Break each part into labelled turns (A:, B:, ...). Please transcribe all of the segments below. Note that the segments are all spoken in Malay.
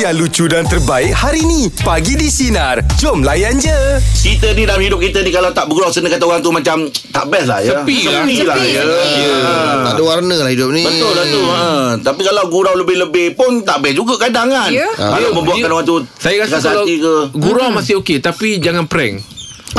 A: yang lucu dan terbaik hari ni. Pagi di Sinar. Jom layan je.
B: Kita ni dalam hidup kita ni Kalau tak bergerak Sena kata orang tu macam Tak best lah ya
C: Sepi lah.
B: Sepi lah ya
C: Ah, Tak ada warna lah hidup ni
B: Betul lah tu ha. Tapi kalau gurau lebih-lebih pun Tak best juga kadang kan
D: Ya.
B: Kalau
C: Ya,
B: membuatkan
C: dia-
B: orang tu
E: Saya rasa
B: terasa
E: kalau
B: hati ke
E: gurau masih okey tapi jangan prank.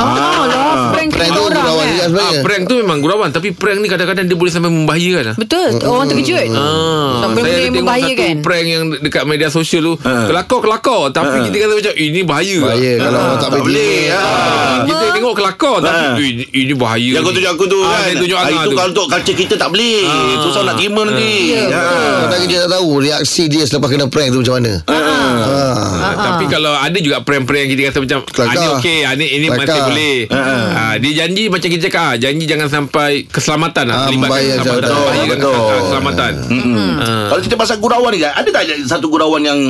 D: Oh, ah, lah. Prank kita
C: Prank tu
D: orang
C: lawan
D: kan?
C: juga
E: Ah,
C: sebenarnya
E: prank tu memang gurauan tapi prank ni kadang-kadang dia boleh sampai membahayakan. lah.
D: Betul. Orang
E: Ah,
D: terkejut. Hmm. Sampai boleh
E: saya tengok
D: membahayakan.
E: satu prank yang dekat media sosial tu
B: Ha.
E: kelakar-kelakar tapi kita kata macam "Eh, ini bahaya. Ah,
C: Bahaya kalau
B: Ah,
C: orang tak
B: Tak
C: boleh
B: boleh
C: diri.
B: ha.
E: Kita tengok kelakar tapi
B: Ah.
E: "Eh, ini- ini bahaya.
B: Yang kau
E: ni."
B: tunjuk aku tu
E: Ah,
B: kan
E: saya tunjuk
B: Ah,
E: Angah
B: Itu
E: tu.
B: kalau untuk culture kita tak boleh Susah nak terima nanti Ha.
C: Kadang kita tak tahu Reaksi dia selepas kena prank tu macam mana Ah.
E: Ah, Tapi kalau ada juga prank-prank yang kita kata macam
C: Kelakar.
E: Kelakar. Ini okey ah, Ini, ini
C: Kelakar.
E: masih boleh
B: Ha,
E: ah, Dia janji macam kita cakap ah, Janji jangan sampai keselamatan lah
C: Ah,
E: Terlibatkan
C: membayar
E: keselamatan
C: jawatan.
E: Membahayakan
B: Betul. Ha.
E: keselamatan- keselamatan Ah.
B: Hmm. Kalau cerita pasal gurauan ni kan Ada tak satu gurauan yang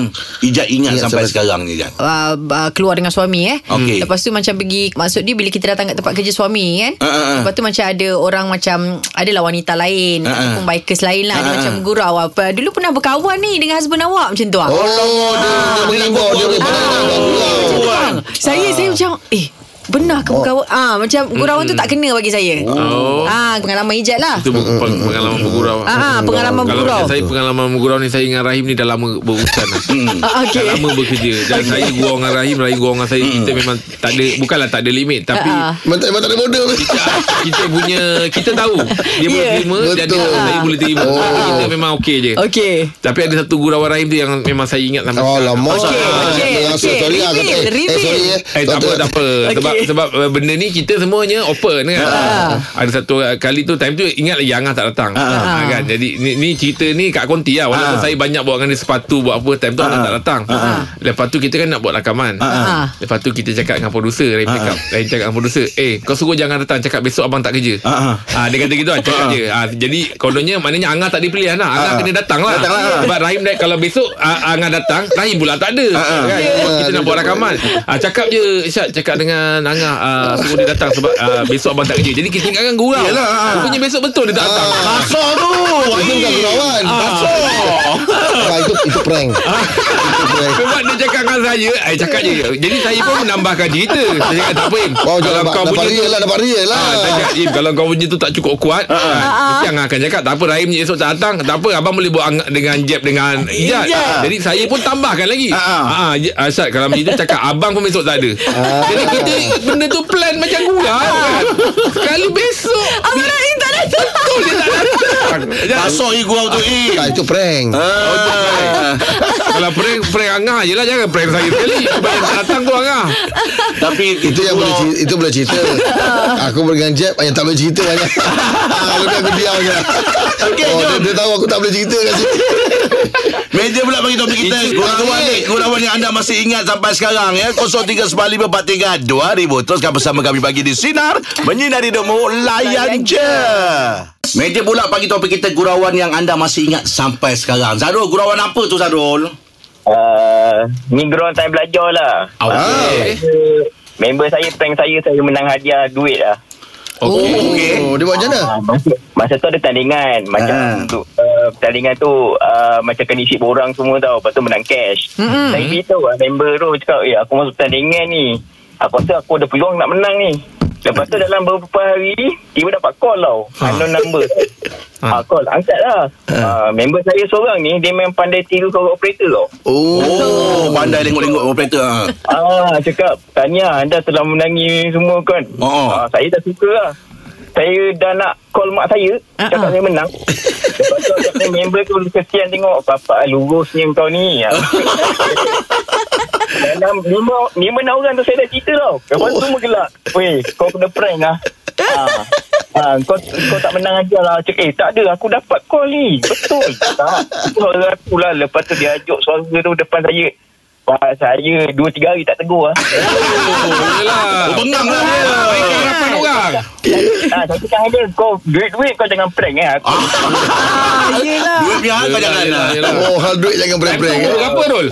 B: Ijat ingat
C: Ingat
B: sampai
C: sampai-
B: sekarang ni kan
D: Uh, uh, keluar dengan suami eh
B: Okey.
D: Lepas tu macam pergi Maksud dia bila kita datang kat tempat kerja suami kan
B: Ah, ah, ah.
D: Lepas tu macam ada orang macam Adalah wanita lain
B: Ah, ah.
D: uh Bikers lain lah Dia
B: Ah, ah.
D: macam gurau apa. Dulu pernah berkawan ni Dengan husband awak macam tu ah.
C: Oh dia dia mengimbau Dia mengimbau
D: Bang, ah. saya saya macam eh benar ke berkawan? Ah macam gurauan tu tak kena bagi saya.
E: Oh.
D: Ah pengalaman ijat lah.
E: Itu bu- peng- pengalaman bergurau
D: Ah, ah, pengalaman
E: Kalau
D: bergurau.
E: macam saya pengalaman bergurau ni Saya dengan Rahim ni dah lama berurusan lah.
C: Hmm.
D: Ah,
E: Dah
D: okey.
E: lama bekerja Dan saya gurau dengan Rahim Rahim gurau dengan
C: Hmm.
E: saya Kita memang tak ada Bukanlah tak ada limit Tapi
D: Ah, ah.
C: Memang tak- memang tak ada modal
E: kita punya Kita tahu Dia boleh
D: Yeah.
E: terima Dan dia,
C: Betul.
E: saya boleh terima
C: Oh.
E: Kita memang okey je
D: Okey.
E: Tapi ada satu gurauan Rahim tu Yang memang saya ingat sampai sekarang.
C: Alamak Ah,
D: Okey, okey,
C: Rasa
D: okey.
C: sorry lah kata, eh,
D: Reveal,
C: Eh sorry
D: reveal.
C: eh
E: Eh tak apa tak apa
D: Okey.
E: sebab sebab uh, benda ni kita semuanya open kan.
B: Ah.
E: Ada satu kali tu time tu ingat lagi Angah tak datang. Ha, kan. Jadi ni, ni cerita ni kat konti lah walaupun
B: Ah.
E: saya banyak bawa dengan dia sepatu buat apa time tu Angah tak datang. Lepas tu kita kan nak buat rakaman.
D: ah.
E: Lepas tu kita cakap dengan producer Ray
B: Ah.
E: cakap Ray cakap dengan producer Eh kau suruh jangan datang Cakap besok abang tak kerja
B: Ah, ah.
E: ha, Dia kata gitu lah Cakap je ha, Jadi kononnya Maknanya Angah tak ada pilihan lah Angah
B: Ah.
E: kena datang lah
B: Datang lah.
E: Sebab Rahim dah- Kalau besok ah, Angah datang Rahim pula tak ada
B: ah.
E: kan? Kita nak buat rakaman ha, Cakap je Syat Cakap dengan Angah ah, Suruh dia datang Sebab ah, besok abang tak kerja Jadi kita ingatkan gurau
B: Yalah, ah.
E: Rupanya besok betul dia tak datang
B: Kasar tu
C: Itu bukan gurauan Ah, Itu itu prank Itu prank
E: Sebab dia cakap dengan saya Saya cakap je Jadi saya pun menambahkan cerita Saya cakap tak apa Im
C: Wow,
E: Kalau
C: dapat,
E: kau
C: dapat
E: punya tu
C: real lah, dapat real lah.
E: Ah, saya cakap, Im, kalau kau punya tu tak cukup kuat,
B: Ah,
E: mesti Angah akan cakap, tak apa, Rahim ni esok tak datang. Tak apa, abang boleh buat Angah dengan jeb dengan Ijat. Jadi saya pun tambahkan lagi.
B: Ah, ah.
E: Ah, Ij- ah, Syat, kalau macam tu cakap, abang pun besok tak ada. Jadi kita benda tu plan macam gula
B: Ah.
E: kan. Sekali besok. Ya,
D: Abang Rahim tak datang.
E: Betul dia tak datang. Jadi,
B: Kasar eh gurau tu eh
C: Ah, Itu prank
B: Ah.
E: Kalau prank, prank Angah je lah. Jangan prank saya sekali. Sebab yang tak datang tu Angah.
B: Tapi
C: Itu yang boleh cerita, itu boleh cerita. aku dengan Jeb yang tak boleh cerita hanya. Ah, lebih aku diam je.
B: Okey,
C: oh, dia,
B: jom.
C: dia tahu aku tak boleh cerita kat sini.
B: Meja pula bagi topik kita
C: Itu
B: Gurauan
C: tak
B: ni
C: boleh.
B: Gurauan yang anda masih ingat Sampai sekarang ya 0395432000 Teruskan bersama kami Pagi di Sinar Menyinari hidupmu Layan je Meja pula pagi topik kita Gurauan yang anda masih ingat Sampai sekarang Zarul gurauan apa tu Zarul?
F: Uh, ni geron saya belajar lah.
B: Ah.
E: Okay.
F: Uh, member saya prank saya, saya menang hadiah duit lah.
E: Okay.
B: Okey.
C: Oh, dia buat macam mana?
F: Uh, masa, masa tu ada tandingan. Macam
B: Ah.
F: tu, uh, tandingan tu uh, macam kena isi borang semua tau. Lepas tu menang cash. Mm-hmm. Saya beritahu lah member tu cakap, eh aku masuk tandingan ni. Aku rasa aku ada peluang nak menang ni. Lepas tu dalam beberapa hari, tiba dapat call tau. Unknown number. Ha. call, angkat lah. Uh, member saya seorang ni, dia memang pandai tiru kau operator tau.
B: Oh, pandai lenggok-lenggok operator. Ha.
F: Ah, cakap Tahniah anda telah menangi semua kan
B: Oh.
F: ah, Saya dah suka lah Saya dah nak call mak saya uh-uh. Cakap saya menang Lepas tu cakap member tu Kesian tengok Bapak lurusnya kau ni Ah. Dalam lima, lima enam orang tu saya dah cerita tau Lepas tu semua gelak Weh kau kena prank lah ah. Ah, kau, kau tak menang aja lah Cik, Eh tak ada aku dapat call ni Betul tak, Suara aku lah Lepas tu dia ajuk suara tu depan saya Wah, saya dua tiga hari tak tegur lah
E: Oh, yelah.
B: Oh, bengang lah dia.
E: Baik harapan orang.
F: Ah, saya cakap dengan dia kau duit-duit kau jangan prank eh. Aku
D: Ah, yelah.
B: Duit biar kau jangan.
E: Yelah,
B: lah.
E: yelah.
B: Eh,
C: Oh, hal duit
E: Time
C: jangan
E: tu
C: prank-prank.
E: Ah. umur berapa Dol?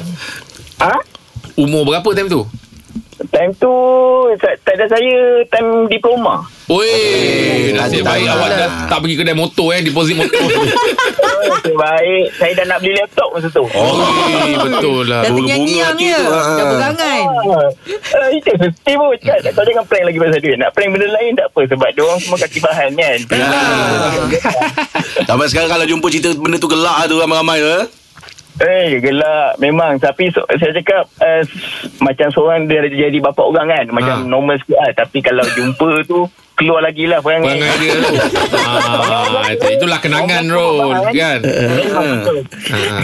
F: ha?
E: Umur berapa time tu?
F: Time tu sa- Tak ada saya Time diploma
E: Oi,
B: Eh,
E: nasib
B: tak
E: baik
B: tahu
E: awak
B: lah.
E: dah tak pergi kedai motor eh, deposit motor.
F: Oh, nasib Baik Saya dah nak beli laptop masa tu
E: Oh. Oi, betul lah.
D: Dah
B: bunga
D: terngiang-ngiang
B: hati
D: ya
B: tu, ah.
D: Dah berangan
F: Ah, ah, Itu mesti pun cakap Kau jangan prank lagi pasal duit Nak prank benda lain tak apa Sebab diorang semua kaki bahan kan
B: Ya. Sampai sekarang kalau jumpa cerita benda tu gelak tu ramai-ramai ya.
F: Eh gelak Memang Tapi so, saya cakap uh, s- Macam seorang dia jadi bapak orang kan Macam
E: Ah.
F: normal sikit lah Tapi kalau jumpa tu Keluar lagi lah perangai
E: Perangai dia tu. Ah, itu- itulah kenangan Rol kan.
F: Memang betul.
E: Ah.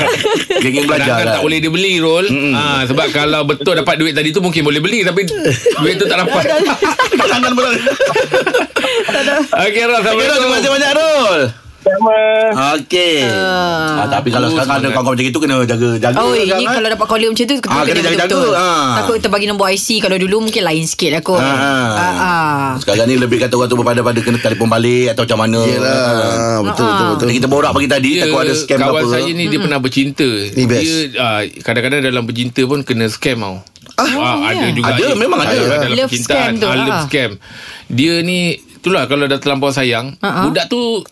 B: Geng-geng belajar
E: Kenangan
B: lah.
E: tak boleh dibeli Rol. Ah, sebab kalau betul dapat duit tadi tu mungkin boleh beli tapi duit tu tak dapat.
B: Kenangan pula.
E: Okey Rol,
B: Okey, Rul, terima kasih
E: sama.
B: banyak Rul.
F: Sama
B: Okey. Ah, tapi kalau
E: Oh,
B: sekarang ada
E: semangat.
B: kawan-kawan macam itu kena jaga-jaga.
D: Oh ini
B: kan,
D: kalau
B: eh?
D: dapat caller macam tu kita
B: Ah, kena
D: kena
B: jaga-jaga,
D: betul-betul
B: ah.
D: Takut kita bagi nombor IC Kalau dulu mungkin lain sikit lah kot
B: Ah,
D: Ah, ah.
B: Sekarang ni lebih kata orang tu berpada pada kena telefon balik atau macam mana.
C: Yelah ah, Betul betul betul
B: Tadi kita borak pagi tadi
E: Dia,
B: takut ada scam
E: kawan
B: apa.
E: saya ni dia pernah bercinta.
C: Ni best.
E: Dia ah, kadang-kadang dalam bercinta pun kena scam tau. Ah, ada juga
B: Ada, memang ada.
E: dalam
D: oh, ya. Love
E: percintaan.
D: scam tu,
E: Ah, love
D: ah.
E: scam. Dia ni itulah kalau dah terlampau sayang,
D: Ah, ah.
E: budak tu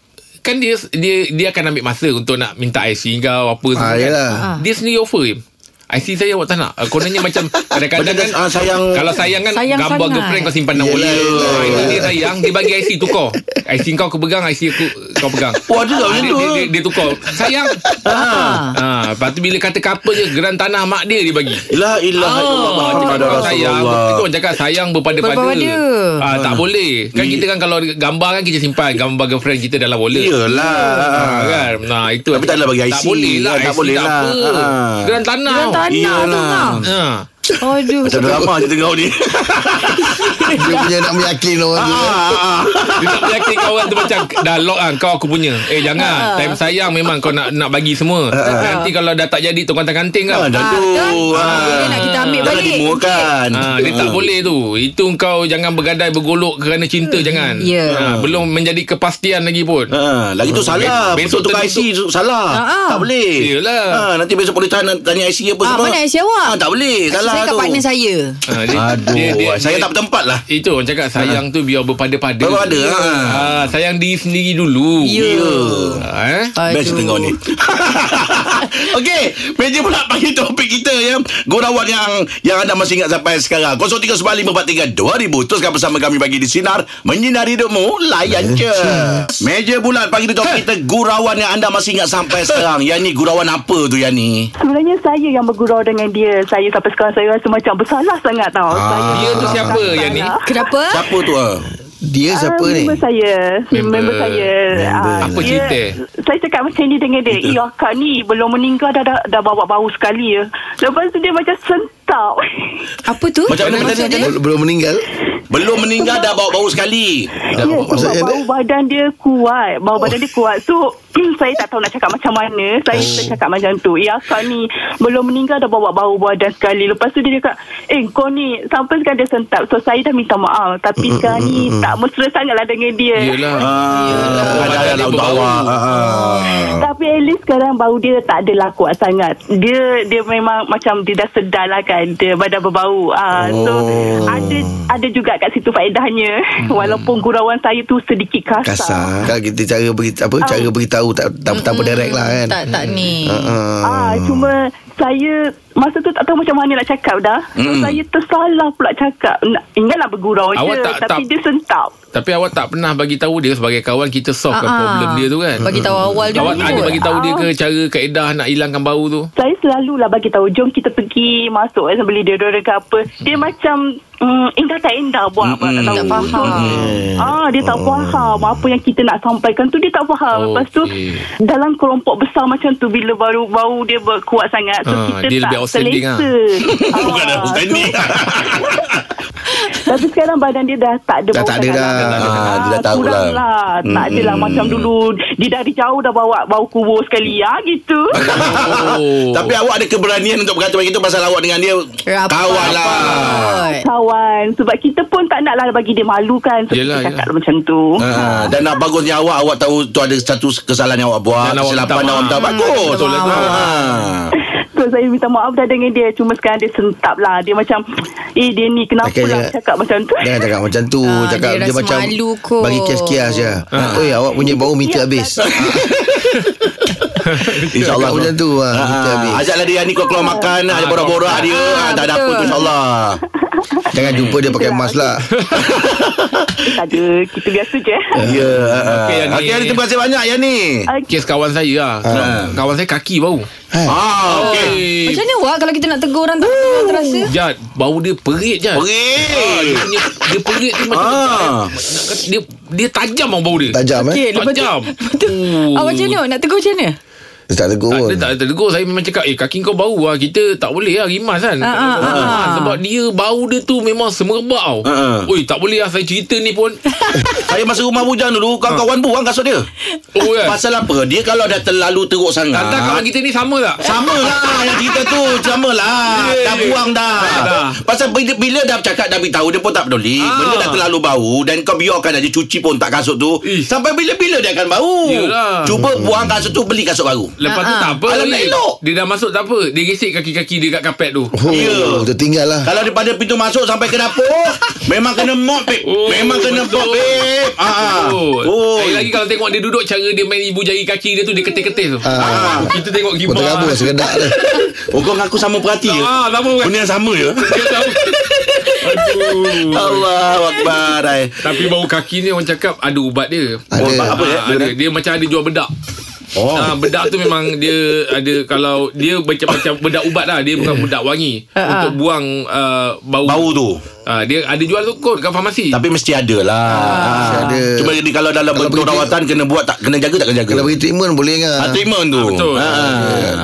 E: kan dia dia dia akan ambil masa untuk nak minta IC kau apa semua
C: Ah,
E: kan.
C: yelah.
E: Dia sendiri offer him. IC saya awak tak nak. Ah, Kononnya macam kadang-kadang
B: Macam
E: kan
B: ah, sayang-
E: kalau sayang kan
D: Sayang
E: gambar
D: sangat.
E: girlfriend kau simpan dalam
C: Yelah,
E: wallet.
C: yelah.
E: Ah, Itu dia sayang dia bagi IC tukar. IC kau kau pegang, IC aku kau pegang.
B: Oh, ada tak
E: Ah,
B: macam
E: dia,
B: tu? Ah.
E: dia, dia, dia tukar Sayang ha. ha. Lepas tu bila kata couple je Geran tanah mak Ah, dia dia bagi
B: La ilaha illallah Muhammad
E: Kalau sayang Itu
B: Oh. Rasulullah.
E: orang cakap Sayang berpada-pada
D: Berpada.
E: Ah, Tak boleh
B: Hmm.
E: Kan kita kan kalau gambar kan Kita simpan gambar girlfriend kita dalam wallet
B: Iyalah.
E: Ah, kan? Nah itu
B: Ya. Tapi tak adalah bagi
E: Tak
B: IC.
E: boleh lah
B: Tak
E: IC
B: boleh
E: tak
B: lah.
E: apa.
B: Ah.
E: Geran tanah
D: Dalam tanah tu
B: Iyalah.
D: lah
E: Ha.
D: Aduh
B: Macam drama je tengah ni. Ah,
C: Dia punya nak meyakin orang tu kan.
E: Dia nak meyakinkan kau orang tu macam Dah lock lah Kau aku punya Eh jangan Time sayang memang Kau nak nak bagi semua Nanti kalau dah tak jadi Tu kantang-kanting
B: Ah,
E: kan
B: dah tu.
D: Ah, boleh nak kita ambil
B: Jangan
D: balik.
B: dimuakan.
E: Ha, dia
B: Ah.
E: tak boleh tu Itu kau jangan bergadai Bergolok kerana cinta Jangan
D: Ya.
E: ha, Belum menjadi kepastian lagi pun
B: Ha, lagi tu salah.
E: Besok
B: Besok tu IC tu
E: tentu-
B: salah.
D: Ha, ha.
B: Tak boleh.
E: Yelah.
B: Ha, nanti besok boleh tanya, tanya IC apa
D: Ah,
B: semua.
D: mana IC awak?
B: Ha, tak boleh. Salah
D: Saya kat
B: tu.
D: partner saya
E: ha, dia,
B: Aduh,
E: dia- dia-
B: saya
E: dia-
B: tak bertempat lah.
E: Itu orang cakap Sayang tu biar berpada-pada
B: Berpada, ha.
E: ha, Sayang diri sendiri dulu
D: Ya.
E: ha, eh?
B: Best
D: Aduh.
B: tengok ni Okey Meja pula bagi topik kita ya Gurauan yang Yang anda masih ingat sampai sekarang 0395432000 Teruskan bersama kami bagi di Sinar Menyinari hidupmu Layan je Meja bulat pagi di topik kita Gurauan yang anda masih ingat sampai sekarang Yang ni gurauan apa tu yang ni
G: Sebenarnya saya yang bergurau dengan dia. Saya sampai sekarang saya rasa macam bersalah sangat tau. Ah, saya
E: Dia tu siapa yang ni
D: Kenapa?
B: Siapa tu ah?
C: Dia siapa ni
G: Ah, Member saya
E: Member.
G: Member, member saya
C: Member.
G: Ah,
E: Apa
G: dia-
E: cerita?
G: Saya cakap macam ni dengan dia Eh akak ni belum meninggal dah, dah, dah bawa bau sekali ya Lepas tu dia macam sentak
D: Apa tu?
B: Macam mana,
D: Maksud
B: macam mana,
D: dia?
C: Bel- Belum meninggal
B: Belum meninggal dah bawa bau sekali
G: Ya sebab
C: maksudnya
G: bau
C: dia-
G: badan dia kuat Bau badan dia kuat So saya tak tahu nak cakap macam mana Saya oh. cakap macam tu Ya akak ni belum meninggal dah bawa bau badan sekali Lepas tu dia cakap Eh kau ni sampai sekarang dia sentak So saya dah minta maaf Tapi sekarang ni tak mesra sangat lah dengan dia
E: Yelah
B: Ah, Ada ada untuk awak Ah, ah.
G: Tapi at least sekarang bau dia tak adalah kuat sangat. Dia dia memang macam dia dah sedar lah kan. Dia badan berbau. Ah, oh. So ada ada juga kat situ faedahnya. Hmm. Walaupun gurauan saya tu sedikit kasar.
C: Kasar Ah. Kalau Kan, kita cara beri, apa, Cara beritahu Tak tak, tak berdirect lah kan
D: Tak tak ni
B: Ha,
C: Ah,
G: Ah, cuma saya masa tu tak tahu macam mana nak cakap dah. So, saya tersalah pula cakap. Nak- Ingatlah bergurau
E: Hmm. Awak
G: je.
E: tak-
G: tapi
E: tak-
G: dia sentap.
E: Tapi awak tak pernah bagi tahu dia Sebagai kawan kita solvekan
D: Ah, ah.
E: problem dia tu kan
D: Bagi tahu awal dulu
E: Awak ada
D: kot.
E: bagi tahu dia ke Cara kaedah nak hilangkan bau tu
G: saya selalulah bagi tahu jom kita pergi masuk eh, beli deodorant ke apa dia macam mm, indah tak indah buat apa tak tahu
D: Tak
E: Hmm,
D: faham.
G: ah dia tak faham
E: Oh.
G: apa yang kita nak sampaikan tu dia tak faham lepas tu
E: Okey.
G: dalam kelompok besar macam tu bila baru bau dia berkuat sangat so
E: Ah,
G: kita
E: dia
G: tak
E: lebih outstanding, ah.
G: selesa ah.
B: Bukan dah standing
G: tapi sekarang badan dia dah tak ada
C: Dah
G: bau
C: tak ada
G: sangat
C: dah.
G: lah.
B: Ah, dia dah tahu
G: kurang
B: lah.
G: lah.
C: Hmm.
G: tak adalah macam dulu dia dari jauh dah bawa bau kubur sekali ah gitu
E: Oh.
B: Tapi awak ada keberanian untuk berkata begitu pasal awak dengan dia
D: Rapat.
B: kawan lah.
D: Rapat.
G: kawan sebab kita pun tak naklah bagi dia malu kan so
E: Yelah,
G: kita cakap macam tu
B: Ha, dan nak bagusnya awak awak tahu tu ada satu kesalahan yang awak buat
E: Dan awak
B: kesilapan
E: minta
B: awak minta Ah.
E: maaf.
B: bagus
E: Betul lah tu.
B: ha.
G: so
H: betul saya minta maaf dah dengan dia cuma sekarang dia sentap lah dia macam eh dia ni kenapa
C: Takkan
H: lah
C: jangan-
H: cakap macam tu
C: Jangan cakap macam tu
D: Ah,
C: Cakap
D: dia
C: dia,
D: rasa
C: macam
D: malu kot.
C: Bagi kias-kias je ha. Oi awak punya bau minta habis InsyaAllah
B: Cakap
C: macam tu ha,
B: Ah,
C: Minta habis
B: Ajaklah dia ni kau keluar makan Ada borak-borak dia ah, Tak ada apa tu
D: betul.
B: insyaAllah
C: Jangan jumpa dia pakai mask lah
H: tak ada kita biasa je
B: Ya
E: Okey, Yani.
B: Okey Yani terima kasih banyak Yani
H: okay.
E: Kes kawan saya lah Kawan saya kaki bau
C: Eh,
B: Ah, Okey
D: Macam mana awak kalau kita nak tegur orang tu orang terasa?
E: Jad Bau dia perit Jad
B: Perih
E: Dia punya Dia perit tu macam
B: Ah.
E: nak kata- Dia dia tajam bau bau dia
C: Tajam eh
D: Okey, lepas tu,
E: Tajam.
D: lepas tu
E: Oh.
D: awak macam mana? Nak tegur macam mana?
C: Dia tak tegur
E: Tak,
C: pun
E: dia tak tertegur Saya memang cakap Eh kaki kau bau lah Kita tak boleh lah Rimas kan
D: Ah,
E: Tak
D: ah,
E: boleh
D: ah,
E: rimas.
D: ah.
E: Sebab dia Bau dia tu memang semerbak tau
B: Ah, ah.
E: Oi tak boleh lah Saya cerita ni pun
B: Saya masuk rumah bujang
E: Ah.
B: dulu Kawan-kawan buang kasut dia
E: Oh kan
B: Pasal apa Dia kalau dah terlalu teruk sangat
E: Tata kawan kita ni sama tak
B: sama lah yang cerita tu Sama lah
E: Yeah.
B: Dah buang dah
E: dah.
B: Pasal bila, bila dah cakap Dah beritahu Dia pun tak peduli
E: Ah.
B: Benda dah terlalu bau Dan kau biarkan aja Cuci pun tak kasut tu
E: Ih.
B: Sampai bila-bila dia akan bau
E: Yelah.
B: Cuba buang kasut tu Beli kasut baru
E: Lepas tu
D: Ah,
E: tak
D: ah.
E: apa
B: Alam
E: ni.
B: nak elok.
E: Dia dah masuk tak apa Dia gesek kaki-kaki dia kat kapet tu
B: Ya.
C: Oh, tertinggal lah
B: Kalau daripada pintu masuk Sampai ke dapur Memang kena mop babe
E: Oh,
B: Memang kena
E: betul.
B: mop babe ah.
E: Oh,
B: Oh.
E: Saya lagi kalau tengok dia duduk Cara dia main ibu jari kaki dia tu Dia ketik-ketik tu
C: Ah.
E: Kita tengok
C: Kau
E: gimana
C: terkabur sekedak lah
B: Oh kau dengan aku sama perhati ya
E: Ah, sama kan
B: Benda yang sama ya
E: Dia tahu Aduh
B: Allah Akbar ai.
E: Tapi bau kaki ni orang cakap Ada ubat dia
B: Oh,
C: Ada
B: Apa ya
E: Ah, ada. Dia macam ada jual bedak
B: Oh.
E: Ah, bedak tu memang dia ada kalau dia macam macam bedak ubat lah dia bukan bedak wangi
D: Ah, ah.
E: untuk buang uh, bau.
B: Bau tu
E: Ah, dia ada jual tu kot kat farmasi.
B: Tapi mesti ada lah
C: Ah, Mesti ada.
B: Cuma jadi kalau dalam
C: Kalau
B: bentuk
C: pergi-
B: rawatan Kena buat tak Kena jaga tak kena jaga
C: Kalau bagi treatment boleh kan
B: Ah, Treatment tu
E: Ah, betul.
B: Ah.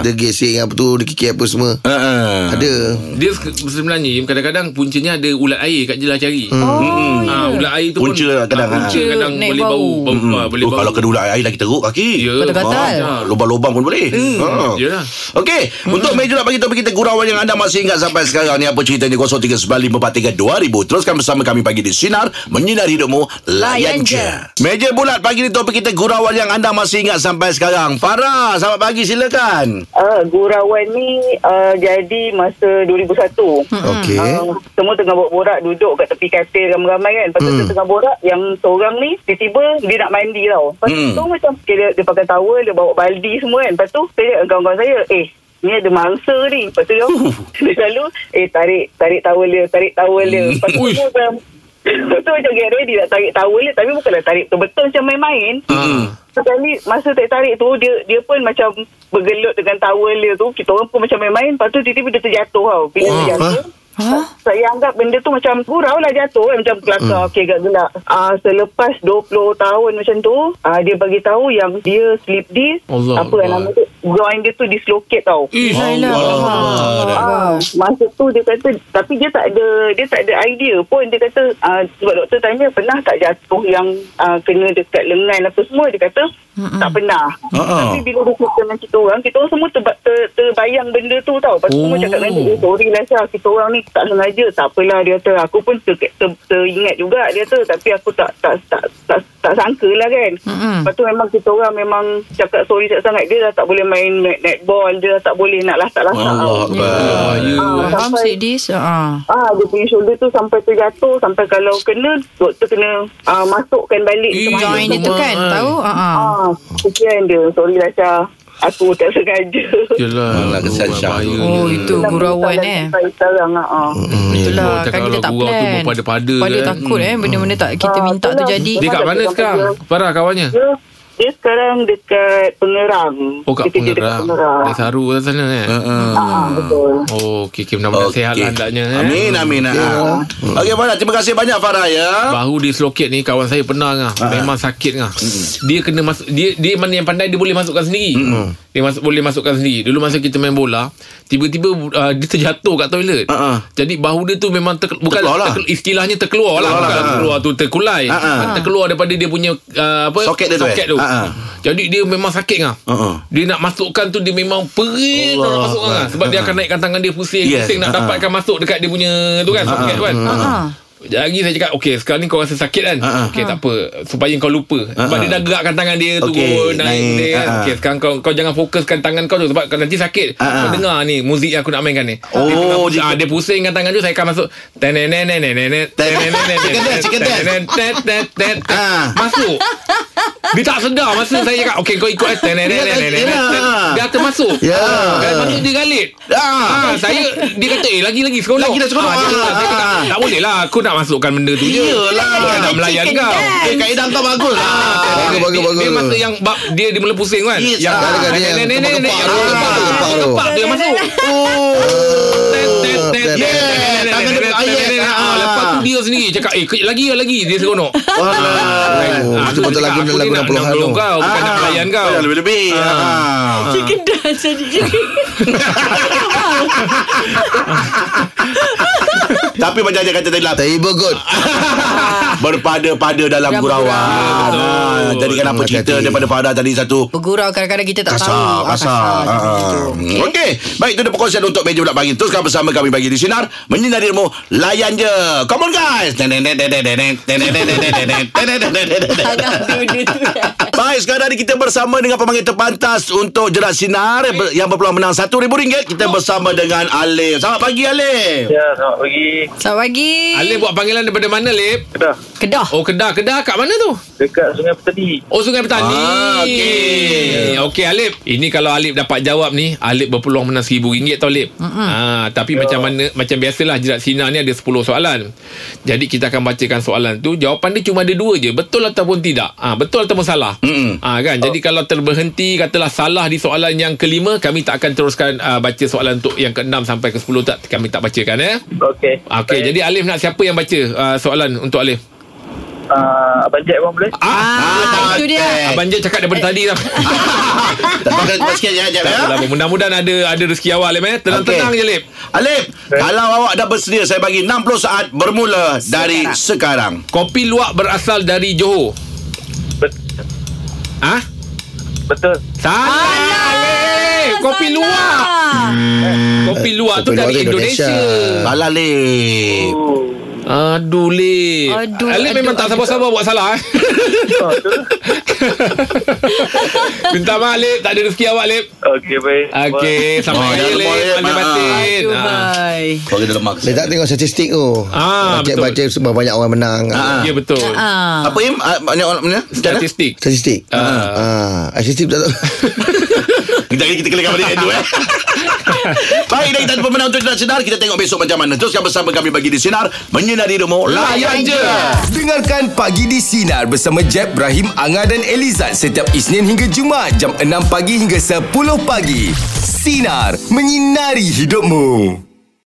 C: Dia gesek dengan apa tu Dia kikir apa semua
B: Ah, ah.
C: Ada
E: Dia se- sebenarnya kadang-kadang puncanya ada ulat air kat jelah cari. Hmm.
D: Oh, ya.
E: Ah, ulat air tu
B: Punca
E: pun,
B: kadang,
E: ah, punca
D: ah.
E: kadang
D: Naik
E: boleh bau,
D: bau.
E: bau,
B: Mm.
E: ah, boleh
B: oh,
E: bau.
B: Kalau kena ular air lagi teruk kaki
E: Ya. Hmm.
D: Gatal-gatal.
B: Ah, Lubang-lubang pun boleh Ah.
E: Yalah.
B: Okey, untuk
D: Hmm.
B: meja nak bagi topik kita gurauan yang anda masih ingat sampai sekarang ni apa ceritanya 0395432000. Teruskan bersama kami pagi di sinar menyinari hidupmu layan
D: Layan
B: je.
D: je.
B: Meja bulat pagi ni topik kita gurauan yang anda masih ingat sampai sekarang. Farah, selamat pagi silakan.
F: Ah,
G: Uh, gurauan ni uh, jadi masa 2001. Hmm.
C: Okey
G: Uh, semua tengah borak-borak duduk kat tepi katil ramai-ramai kan. Lepas tu hmm. tengah borak yang seorang ni tiba-tiba dia nak mandi tau. Lepas tu
B: Hmm.
G: hmm. macam okay, dia, dia pakai towel, dia bawa baldi semua kan. Lepas tu saya kawan-kawan saya, eh ni ada mangsa ni. Lepas tu dia, dia selalu eh tarik tarik towel dia, tarik towel dia. Lepas tu
E: Uish.
G: dia macam Lepas tu macam get ready nak tarik towel dia tapi bukanlah tarik betul-betul macam main-main.
E: Ah.
G: Sekali masa tarik-tarik tu dia dia pun macam bergelut dengan towel dia tu kita orang pun macam main-main lepas tu tiba-tiba dia terjatuh tau bila
E: Wah,
G: dia jatuh
D: Ha?
G: saya anggap benda tu macam gurau lah jatuh kan macam kelakar hmm. okey agak gelak ah selepas 20 tahun macam tu ah dia bagi tahu yang dia slip disc
E: Allah
G: apa
E: Allah.
G: nama tu groin dia tu dislocate tau
E: Ish.
D: Alah.
G: Ah, masa tu dia kata tapi dia tak ada dia tak ada idea pun dia kata ah, sebab doktor tanya pernah tak jatuh yang ah, kena dekat lengan apa semua dia kata tak pernah
B: Uh-uh.
G: tapi bila dia cerita dengan kita orang kita orang semua terba- ter, terbayang benda tu tau lepas tu semua
E: Oh.
G: cakap dengan dia eh, sorry lah Syah kita orang ni tak sengaja tak apalah dia kata aku pun ter, ter, teringat juga dia kata tapi aku tak tak tak tak, tak sangka lah kan
D: Mm-mm.
G: lepas tu memang kita orang memang cakap sorry sangat dia dah tak boleh main net- netball dia dah tak lah boleh nak lasak-lasak tau.
B: Allah Akbar.
G: Ah,
D: Faham
G: sampai-
D: sedih. Ha.
G: Ah, dia punya shoulder tu sampai terjatuh sampai kalau kena doktor kena ah, masukkan balik
E: Ih,
G: ke mana.
D: Join dia tu kan, tahu? Ha.
G: Ah, kesian dia. Sorry lah Syah. Aku tak sengaja.
E: Yalah.
B: Alah, kesian Syah tu.
E: ya,
D: Oh, itu
G: ya.
D: gurauan
G: Sampai
D: eh.
G: sampai Sekarang ah. ah.
E: Itulah
D: Itulah kan kita tak
E: tu
D: plan.
E: berpada-pada
D: Pada
E: kan.
D: takut eh benda-benda tak kita
G: Ah,
D: minta tu
G: itulah.
D: jadi.
E: Dia kat mana
G: Dia-
E: sekarang? Farah kawannya?
G: Dia, dia sekarang dekat Pengerang.
E: Oh kat
G: Dia
E: Pengerang.
G: kerja Dekat Pengerang.
E: Dah saru kat sana eh.
B: Uh-uh.
G: Ah, betul.
E: Oh, okey okey mudah-mudahan
B: Okey.
E: okay. sehat lah hendaknya eh.
B: Amin amin. ah.
D: Ya.
B: Okey Farah, terima kasih banyak Farah ya.
E: Bahu dislocate ni kawan saya pernah ngah.
B: Ha.
E: Memang sakit ngah.
B: Hmm.
E: Dia kena masuk dia dia mana yang pandai dia boleh masukkan sendiri. Hmm. Dia masuk boleh masukkan sendiri. Dulu masa kita main bola, tiba-tiba uh, dia terjatuh kat toilet.
B: Ah, ah.
E: Jadi bahu dia tu memang ter, bukan
B: Terkeluar lah.
E: istilahnya terkeluar,
B: Terkeluar
E: lah,
B: lah,
E: bukan
B: ah.
E: keluar tu terkulai.
B: Ah, ah.
E: Terkeluar daripada dia punya uh, apa
B: Soket dia tu,
E: soket
B: eh?
E: tu.
B: Ah, ah.
E: Jadi dia memang sakit ngah.
B: Ah, ah.
E: Dia nak masukkan tu dia memang perit
B: Allah.
E: nak masukkan ngah sebab dia akan naikkan tangan dia pusing
B: Yes.
E: pusing nak
B: Ah, ah.
E: dapatkan masuk dekat dia punya tu kan soket tu kan.
D: Ha.
E: Lagi saya cakap Okay sekarang ni kau rasa sakit kan
B: Ha, ha.
E: Okay tak apa Supaya kau lupa
B: Ha,
E: Sebab
B: ha.
E: dia dah gerakkan tangan dia
B: Okey,
E: Turun naik
B: naik,
E: dia kan
B: ha, ha.
E: Okay sekarang kau Kau jangan fokuskan tangan kau tu Sebab kau nanti sakit
B: Ha, ha.
E: Kau dengar ni Muzik yang aku nak mainkan ni
B: Oh,
E: Dia,
B: dia-
E: dia, ah, dia pusingkan tangan tu Saya akan masuk Tenenenenenenet Tenenenenenenet
B: Chicken dance, chicken dance.
E: Tenenenenenenet
B: Ha.
E: Masuk Dia tak sedar Masa saya cakap Okay kau ikut eh. Tenenenenenenet
B: Ya.
E: Dia termasuk
B: Ya.
E: Lepas tu dia galit
B: Ah.
E: Ah, saya dia kata eh lagi lagi seronok.
B: Lagi dah seronok.
E: Ah, dia kata,
B: Ah.
E: saya kata, tak boleh lah aku nak masukkan benda tu je.
B: Iyalah.
E: Bukan nak melayan
D: Chicken
E: kau. Ah,
D: dance.
B: Eh, kaedah kau bagus
D: Ah.
B: lah.
C: Bagus,
E: Dia-
C: bagus, bagus.
E: Dia masa yang bab dia dia mula pusing kan.
B: Yes,
E: Yang
B: ah.
E: nenek
C: Dia
E: nenek
C: yang
E: nenek nenek
C: kepak-kepak
E: yang
C: tu,
E: kepak tu,
C: kepak tu.
E: kepak dia masuk.
B: Oh,
E: Tet, tet, tet, tet,
C: Yeah,
B: tangan
E: tet, tet,
B: dia
E: tet,
B: berayat.
E: tet, tet. Ah,
B: Ah.
E: Lepas tu dia sendiri cakap eh ke- lagi lagi lagi dia seronok.
B: Wah.
E: Ah, tu
C: betul-betul
E: dia
C: lagu-
E: cakap, aku
C: lagu
E: ni nak-
C: 60-an
E: nak tolong
C: tu. Ah.
E: kau bukan nak melayan kau.
B: Ah. Lebih-lebih. Ah.
D: Chicken dance jadi chicken.
B: Tapi macam dia kata tadi lah
C: Terrible good
B: Berpada-pada dalam
D: Dalam
B: gurawan
D: gurawan.
B: ah, Jadi kenapa
C: Hati-hati.
B: cerita daripada Farah tadi satu
D: Bergurau kadang-kadang kita tak tahu.
B: Kasar,
D: Ah,
B: kasar.
D: tu,
B: Ah,
D: tu,
B: ah.
D: tu.
B: Okey, okay. baik itu dia perkongsian untuk meja bulat pagi. Teruskan bersama kami bagi di sinar menyinari ilmu. Layan je. Come on guys.
D: Tangan benda tu. eh.
B: Baik, sekarang ni kita bersama dengan pemanggil terpantas untuk jerat sinar ber- yang berpeluang menang RM1,000. Kita bersama dengan Alif. Selamat pagi, Alif.
F: Ya, selamat pagi.
D: Selamat pagi.
E: Alif buat panggilan daripada mana Alif?
F: Kedah.
D: Kedah.
E: Oh Kedah, Kedah kat mana tu?
F: Dekat Sungai Petani.
E: Oh Sungai Petani.
B: Ah, okey.
E: Okey Alip. Ini kalau Alip dapat jawab ni, Alip berpeluang menang RM1000 tau Alip. Mm-hmm. Ah, tapi
B: Ya.
E: macam mana macam biasalah jerat sinar ni ada 10 soalan. Jadi kita akan bacakan soalan tu, jawapan dia cuma ada dua je, betul ataupun tidak. Ah, betul ataupun salah.
B: Mm-mm.
E: Ah kan. Jadi kalau terberhenti katalah salah di soalan yang kelima, kami tak akan teruskan ah, baca soalan untuk yang keenam sampai ke-10 tak kami tak bacakan eh.
F: Okey.
E: Okey, jadi Alif nak siapa yang baca ah, soalan untuk Alif?
F: Uh, Abang Jack abang boleh?
D: Ah, itu dia.
E: Abang Jan cakap daripada tadi lah.
B: Tak pakai kuat sikit je, Jeb.
E: Tak
B: ya?
E: apalah, apa. Mudah-mudahan ada ada rezeki awal Lim eh. Tenang-tenang
B: Okey.
E: je Lim.
B: Alif, kalau awak dah bersedia, saya bagi 60 saat bermula dari sekarang.
E: Kopi luwak berasal dari Johor.
F: Bet-
E: Ha?
F: betul.
E: Salah. Lim. Eh,
D: Ah,
E: Kopi luwak. Kopi luwak tu
C: Kopi luwak
E: dari
C: tu Indonesia.
E: Indonesia.
B: Salah, Alif.
F: Oh.
E: Aduh Lim.
D: Aduh,
E: Lim
D: aduh,
E: memang tak
D: aduh.
E: sabar-sabar buat salah eh. Minta maaf Lim, tak ada rezeki awak Lim.
F: Okey, baik.
E: Okey, selamat
B: Oh,
E: raya
B: dah
E: Lim.
B: lemah, Lim.
E: Pandai
B: Ah.
E: batin.
D: Aduh,
E: Ah.
D: hai.
B: Kalau dia lemak.
C: Dia tak tengok statistik tu
E: Ah,
C: Baca
E: betul.
C: baca sebab banyak orang menang
B: Ah.
E: Ya betul.
D: Ah.
B: Apa im? Ah, Mana orang mana? Macam mana?
E: Statistik.
C: Statistik ah. ah. Statistik tak tahu
B: Kita kita kelihatan balik itu eh. Baik dah kita ada pemenang untuk Jelat Sinar Kita tengok besok macam mana Teruskan bersama kami bagi di Sinar Menyinari demo Layan je
A: Dengarkan Pagi di Sinar bersama Jeb, Ibrahim, Anga dan Elizad setiap Isnin hingga Jumaat jam 6 pagi hingga 10 pagi. Sinar, menyinari hidupmu.